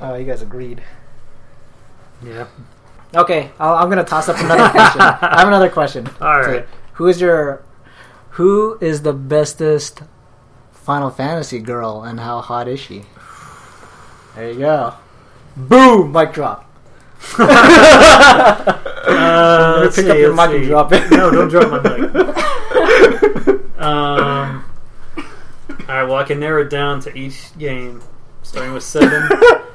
Oh, you guys agreed. Yeah. Okay, I'll, I'm gonna toss up another question. I have another question. All So, right. who is your, who is the bestest Final Fantasy girl, and how hot is she? There you go. Boom! Mic drop. Uh, I'm gonna let's pick see, up your let's mic and see. drop it. No, don't drop my mic. um, all right. Well, I can narrow it down to each game, starting with seven.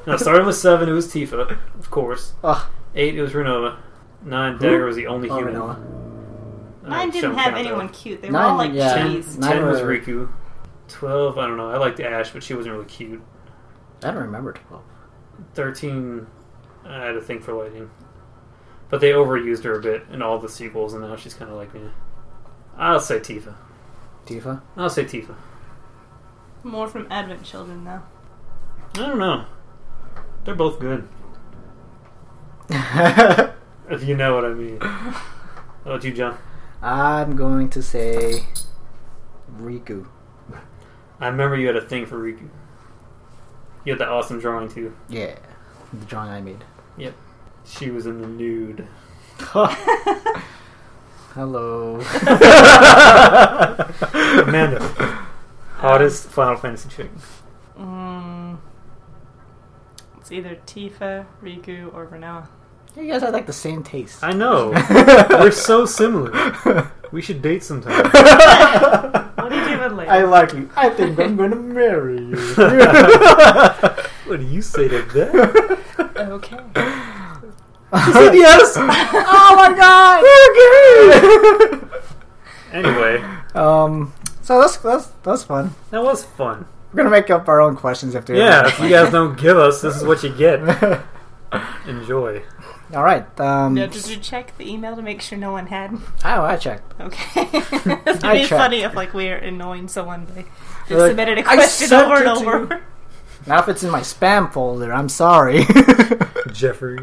no, starting with seven. It was Tifa, of course. Ugh. Eight. It was Renova. Nine. Dagger was the only Oh, human. Renoa. Uh, Mine didn't don't have count that. anyone cute. They were Nine, all like yeah. cheese. Nine Ten was were- Riku. Twelve. I don't know. I liked Ash, but she wasn't really cute. I don't remember twelve. 13 i had a thing for lightning but they overused her a bit in all the sequels and now she's kind of like me i'll say tifa Tifa. i'll say tifa More from Advent Children though. i don't know they're both good if you know what i mean how about you john I'm going to say Riku. i remember you had a thing for riku You had that awesome drawing too. Yeah, the drawing I made. Yep. She was in the nude. Hello. Amanda, hottest Final Fantasy chick. Mm, it's either Tifa, Riku, or Renoa. you guys have like the same taste. I know. We're so similar. We should date sometime. What do you do with later? I like you. I think I'm gonna marry you. what do you say to that? okay. She said yes. oh my god! Anyway, um, so that's that's that's fun. that was fun. We're gonna make up our own questions after. Yeah, if you guys don't give us, this is what you get. Enjoy. All right. Um, Now, did you check the email to make sure no one had? oh, I checked. Okay. It'd I be checked. funny if like we are annoying someone by just Like, submitted a I question sent over and it to you. over. Now if it's in my spam folder, I'm sorry. Jeffrey.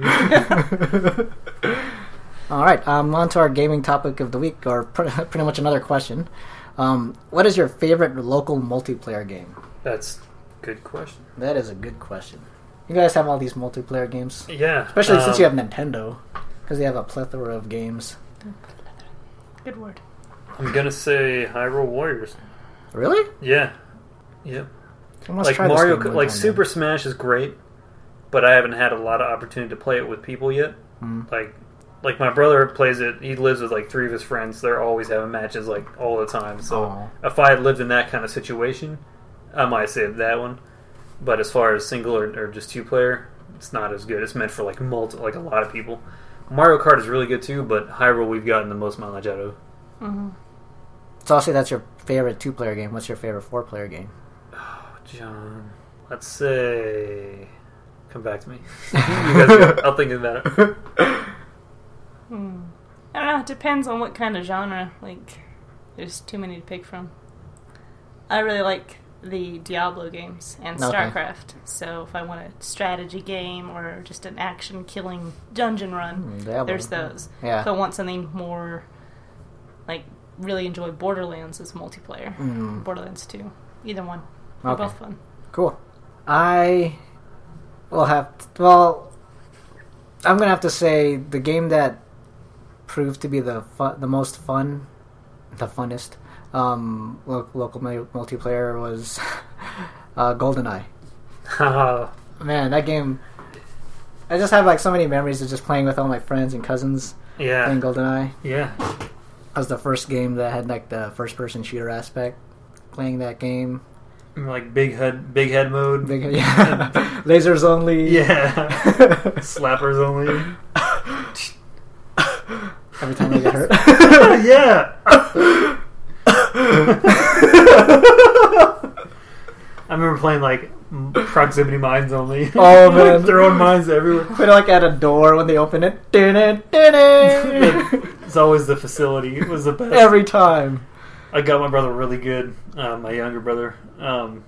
All right. Um, on to our gaming topic of the week, or pr- pretty much another question. Um, what is your favorite local multiplayer game? That's a good question. That is a good question. You guys have all these multiplayer games, Yeah. especially since um, you have Nintendo, because they have a plethora of games. Good word. I'm gonna say Hyrule Warriors. Really? Yeah. Yep. I must like try this Mario, game Co- one like time, Super then. Smash is great, but I haven't had a lot of opportunity to play it with people yet. Mm. Like, like my brother plays it. He lives with like three of his friends. They're always having matches like all the time. So Aw. if I had lived in that kind of situation, I might save that one. But as far as single or, or just two player, it's not as good. It's meant for like multi, like a lot of people. Mario Kart is really good too, but Hyrule we've gotten the most mileage out of. hmm So I'll say that's your favorite two-player game. What's your favorite four-player game? John, let's say, come back to me. you guys, go. I'll think about it. Hmm. I don't know. It depends on what kind of genre. Like, there's too many to pick from. I really like the Diablo games and Okay. StarCraft. So if I want a strategy game or just an action killing dungeon run, Hmm, Diablo. there's those. Yeah. If I want something more, like, really enjoy Borderlands as multiplayer. Mm. Borderlands 2. Either one. They're Okay. both fun. Cool. I will have to, well. I'm gonna have to say the game that proved to be the fu- the most fun, the funnest um, lo- local mu- multiplayer was uh, GoldenEye. Haha. Man, that game. I just have like so many memories of just playing with all my friends and cousins yeah, playing GoldenEye. yeah. That was the first game that had like the first person shooter aspect. Playing that game, Like big head, big head mode. Big- yeah. lasers only. yeah, slappers only. Every time I get hurt. yeah. I remember playing like m- proximity mines only. Oh, Like, man. throwing mines everywhere. Put it like at a door when they open it. Dun-dun-dun-dun. It's always the facility. It was the best. Every time. I got my brother really good, uh, my younger brother, um,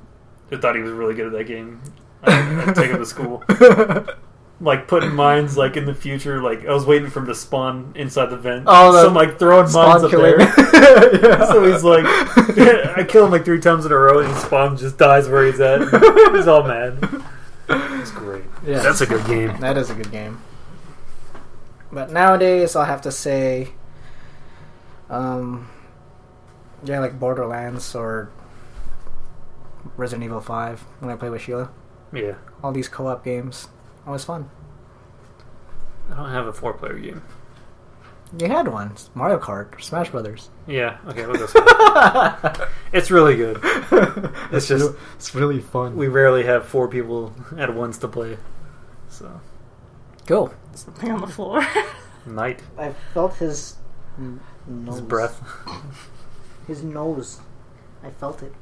who thought he was really good at that game. I, I took him to school, like putting mines like in the future. Like I was waiting for him to spawn inside the vent. Oh, the so I'm like throwing mines Spawn up killing. there. Yeah. So he's like, I kill him like three times in a row, and he spawn just dies where he's at. He's all mad. It's great. Yeah. That's a good game. That is a good game. But nowadays, I'll have to say, um, yeah, like Borderlands or Resident Evil Five when I play with Sheila. Yeah, All these co-op games, always fun. I don't have a four-player game. You had one, It's Mario Kart, Smash Brothers. Yeah, okay, we'll go. Smash. it's really good. it's just- it's really fun. We rarely have four people at once to play. So Cool. Something on the floor. night, I felt his n- nose. his breath. His nose. I felt it.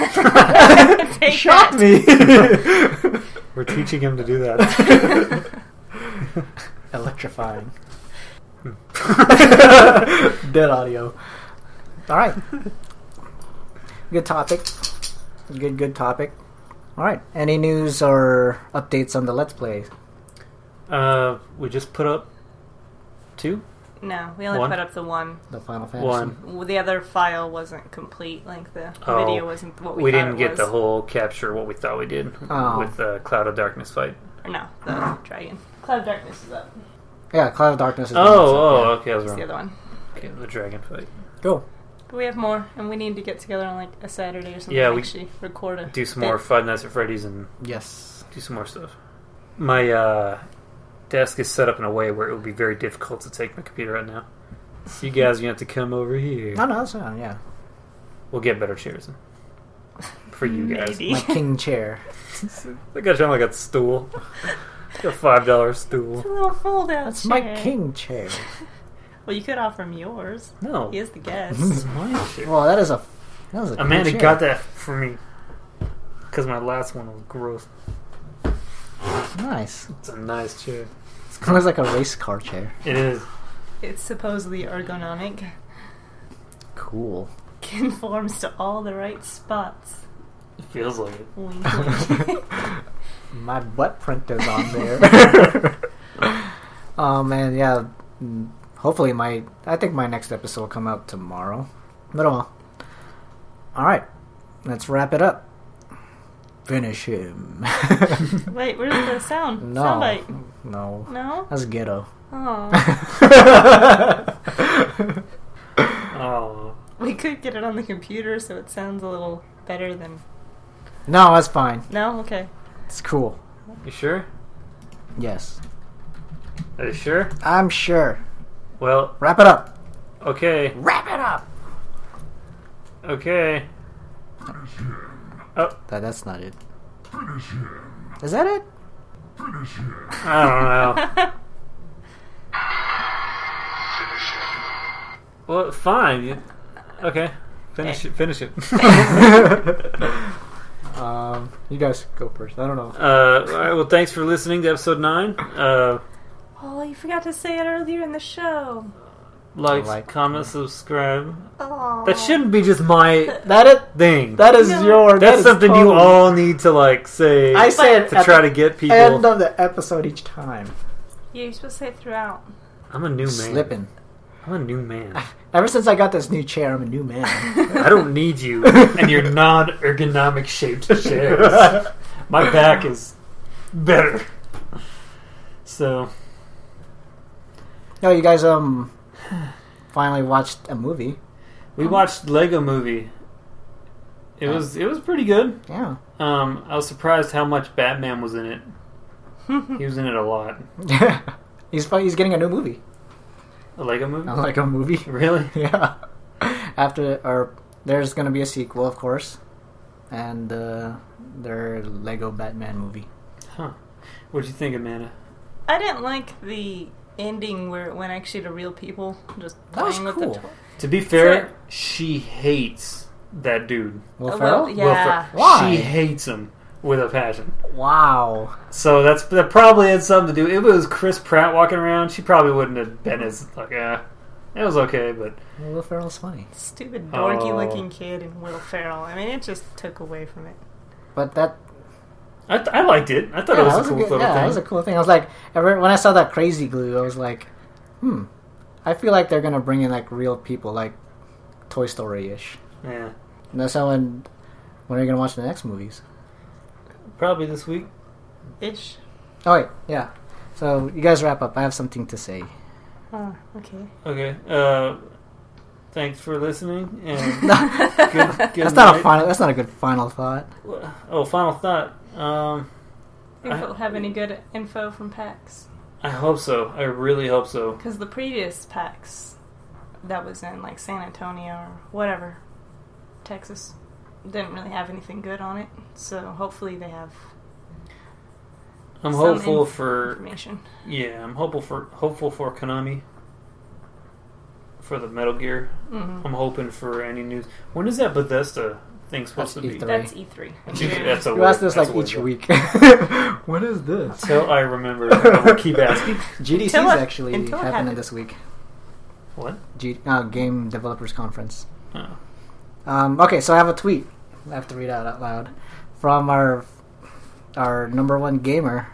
Take Shocked that. me. We're teaching him to do that. Electrifying. Hmm. Dead audio. All right. Good topic. Good, good topic. All right. Any news or updates on the Let's Play? Uh, we just put up two No, we only One? put up the one. The Final Fantasy. One. W- The other file wasn't complete. Like the Oh, video wasn't what we, We thought didn't it get was. the whole capture what we thought we did Oh. with the Cloud of Darkness fight. Or no, the dragon. Cloud of Darkness is up. Yeah, Cloud of Darkness. Is the one, so, Oh, oh, yeah. okay, I was It's the wrong. other one. Okay, the dragon fight. Cool. But we have more, and we need to get together on like a Saturday or something. Yeah, Yeah, we- we actually record a Do some more bit. Five Nights at Freddy's and Yes. do some more stuff. My uh, desk is set up in a way where it would be very difficult to take my computer right now. So you guys, you have to come over here. No, no, that's not. Yeah, We'll get better chairs for you guys. Maybe. like king chair. I got you on like a stool, Like a five dollar It's a stool. little fold out. That's my king chair. Well, you could offer him yours. No, He is the guest. it's my chair. Well, that is a. That is a. Amanda cool chair. got that for me because my last one was gross. Nice. It's a nice chair. It's kind of like a race car chair. It is. it's supposedly ergonomic. Cool. Conforms to all the right spots. It feels like it. Wink, wink. My butt print is on there. oh man, yeah. mm, Hopefully, my I think my next episode will come out tomorrow. But all, all right, let's wrap it up. Finish him. Wait, where's the sound? no, Soundbite. no, No? that's ghetto. Oh. Oh, we could get it on the computer so it sounds a little better than. no, that's fine. No? Okay. It's cool. you sure? Yes, Are you sure? I'm sure. Well, Wrap it up. okay, Wrap it up. okay. Oh, That, that's not it. Is that it? I don't know. Well, fine. You- Okay, finish it. Finish it. Um, you guys go first. I don't know. uh, all right. Well, thanks for listening to episode nine. Uh, oh, you forgot to say it earlier in the show. like, Like. comment, subscribe. Oh. That shouldn't be just my That it. thing. That is No. your. that That's is something you totally- all need to like say I say it to at try the to get people. end of the episode each time. Yeah, you're supposed to say it throughout. I'm a new man. Slipping. I'm a new man. Ever since I got this new chair, I'm a new man. I don't need you and your non-ergonomic shaped chairs. My back is better. So no, you guys um finally watched a movie. we watched Lego Movie. It was it was pretty good. Yeah. Um, I was surprised how much Batman was in it. He was in it a lot. he's fi- he's getting a new movie. A Lego Movie, I like a movie. really? yeah. After or there's gonna be a sequel, of course, and uh, their Lego Batman movie. Huh? What'd you think, Amanda? I didn't like the ending where it went actually to real people just That was playing with cool. the toy. To be fair, she hates that dude. Will Uh, Ferrell. well, Yeah. Ferrell. Why? She hates him with a passion. Wow. So that's that probably had something to do. If it was Chris Pratt walking around, she probably wouldn't have been as like, uh, it was okay, but Will Ferrell's funny. Stupid dorky Oh. looking kid and Will Ferrell. I mean, it just took away from it. But that I, th- I liked it. I thought yeah, it was, that a cool good- little yeah, that was a thing. cool thing. I was like, I re- when I saw that crazy glue, I was like, hmm, I feel like they're gonna bring in like real people, like Toy Story ish. yeah, And that's how when when are you gonna watch the next movies? probably this week. Ish. Oh wait, yeah. So you guys wrap up. I have something to say. Oh, okay. Okay. Uh, thanks for listening. And good, I good that's not a night. final. That's not a good final thought. Oh, final thought. Um, think we'll have any good info from PAX. I hope so. I really hope so. Because the previous PAX that was in like San Antonio or whatever, Texas, didn't really have anything good on it. So hopefully they have I'm some hopeful inf- for E information. yeah. I'm hopeful for hopeful for Konami for the Metal Gear hmm I'm hoping for any news. When is that Bethesda thing supposed That's E to be? E3. That's E E3. Gee, E That's a You ask word. this That's like a word. each week. when is this? Until I remember, I will keep asking. GDC's Until it- actually until it happening happens. this week. What? G- uh, Game Developers Conference. Oh. Um, okay, so I have a tweet. I have to read out out loud from our our number one gamer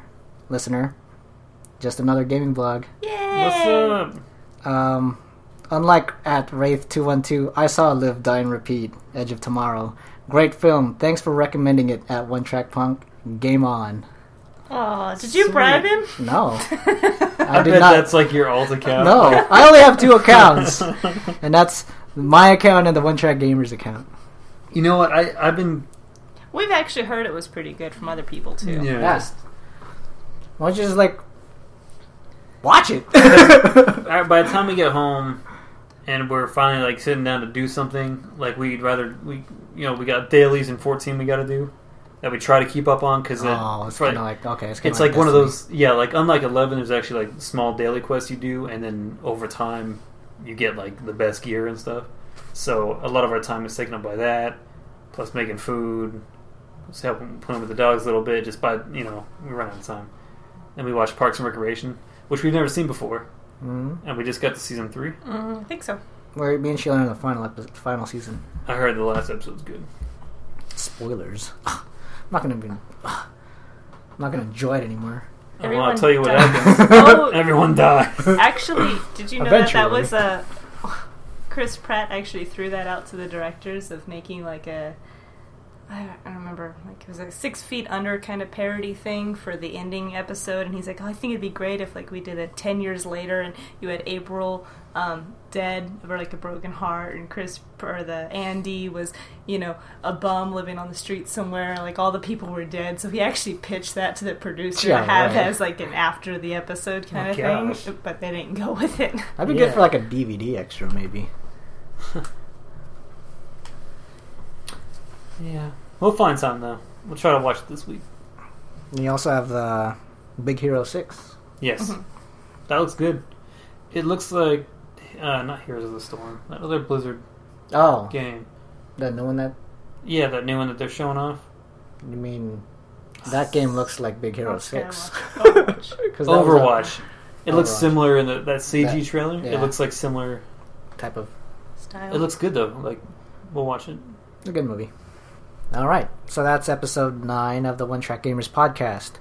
listener. Just another gaming blog. Yay! What's up? Um, unlike at Wraith two one two, I saw Live Die and Repeat, Edge of Tomorrow. Great film. Thanks for recommending it at One Track Punk. Game on. Oh, did you bribe him? No, I, I did bet not. that's like your alt account. no, I only have two accounts, and that's my account and the One Track Gamers account. You know what? I I've been We've actually heard it was pretty good from other people too. yeah. Yes. Why don't you just like watch it? All right, by the time we get home and we're finally like sitting down to do something, like we'd rather we you know we got dailies and fourteen we got to do that we try to keep up on because oh, it's kind of like okay, it's, kinda it's like, one of Destiny. those yeah like unlike 11 there's actually like small daily quests you do and then over time you get like the best gear and stuff so a lot of our time is taken up by that plus making food just helping playing with the dogs a little bit just by you know we run out of time and we watch parks and recreation which we've never seen before Mhm. and we just got to season three Mm, I think so. Where me and Sheila are in the final episode, final season. i heard the last episode's good Spoilers. I'm not gonna be. I'm not gonna enjoy it anymore. i want Everyone to tell you what dies. happens Oh. everyone dies Actually, did you know that that Eventually. was a Chris Pratt actually threw that out to the directors of making like a I don't- I don't remember like it was a six feet under kind of parody thing for the ending episode, and he's like, oh, I think it'd be great if like we did it ten years later, and you had April um, dead or like a broken heart, and Chris or the Andy was you know a bum living on the street somewhere, like all the people were dead. So he actually pitched that to the producer Yeah, to have right. as like an after the episode kind Oh, of gosh. thing, but they didn't go with it. That'd be Yeah. good for like a DVD extra, maybe. yeah we'll find something though we'll try to watch it this week And you also have the Big Hero Six. Yes, Mhm. that looks good. It looks like uh, not Heroes of the Storm, that other Blizzard Oh, game. that new one that Yeah, that new one that they're showing off. you mean? That game looks like Big Hero Six. Overwatch. 'Cause that was a Overwatch. It looks Overwatch. similar in the, that CG That- trailer. yeah. It looks like similar. type of Style. It looks good though. Like we'll watch it. a good movie. All right, so that's episode nine of the One Track Gamers podcast.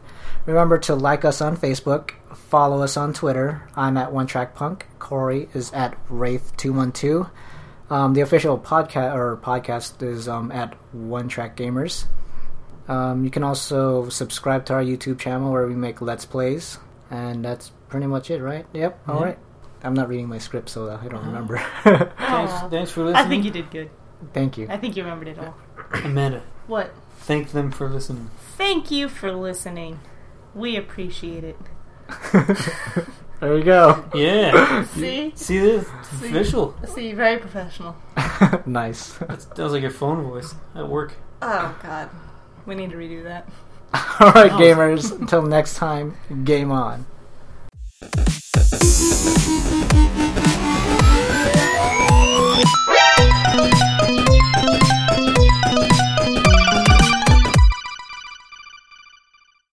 Remember to like us on Facebook, follow us on Twitter. I'm at One Track Punk. Corey is at Wraith two one two. Um, the official podcast or podcast is um, at One Track Gamers. Um, you can also subscribe to our YouTube channel where we make Let's Plays, and that's pretty much it, right? Yep. All Yeah. right. I'm not reading my script, so I don't remember. Thanks, Aw. thanks for listening, I think you did good. Thank you. I think you remembered it all. Amanda. What? Thank them for listening. Thank you for listening. We appreciate it. there we go. Yeah. See? See this It's See? official. See, very professional. nice. That's, that was like your phone voice at work. Oh, God. We need to redo that. All right, No. gamers. Until next time, game on.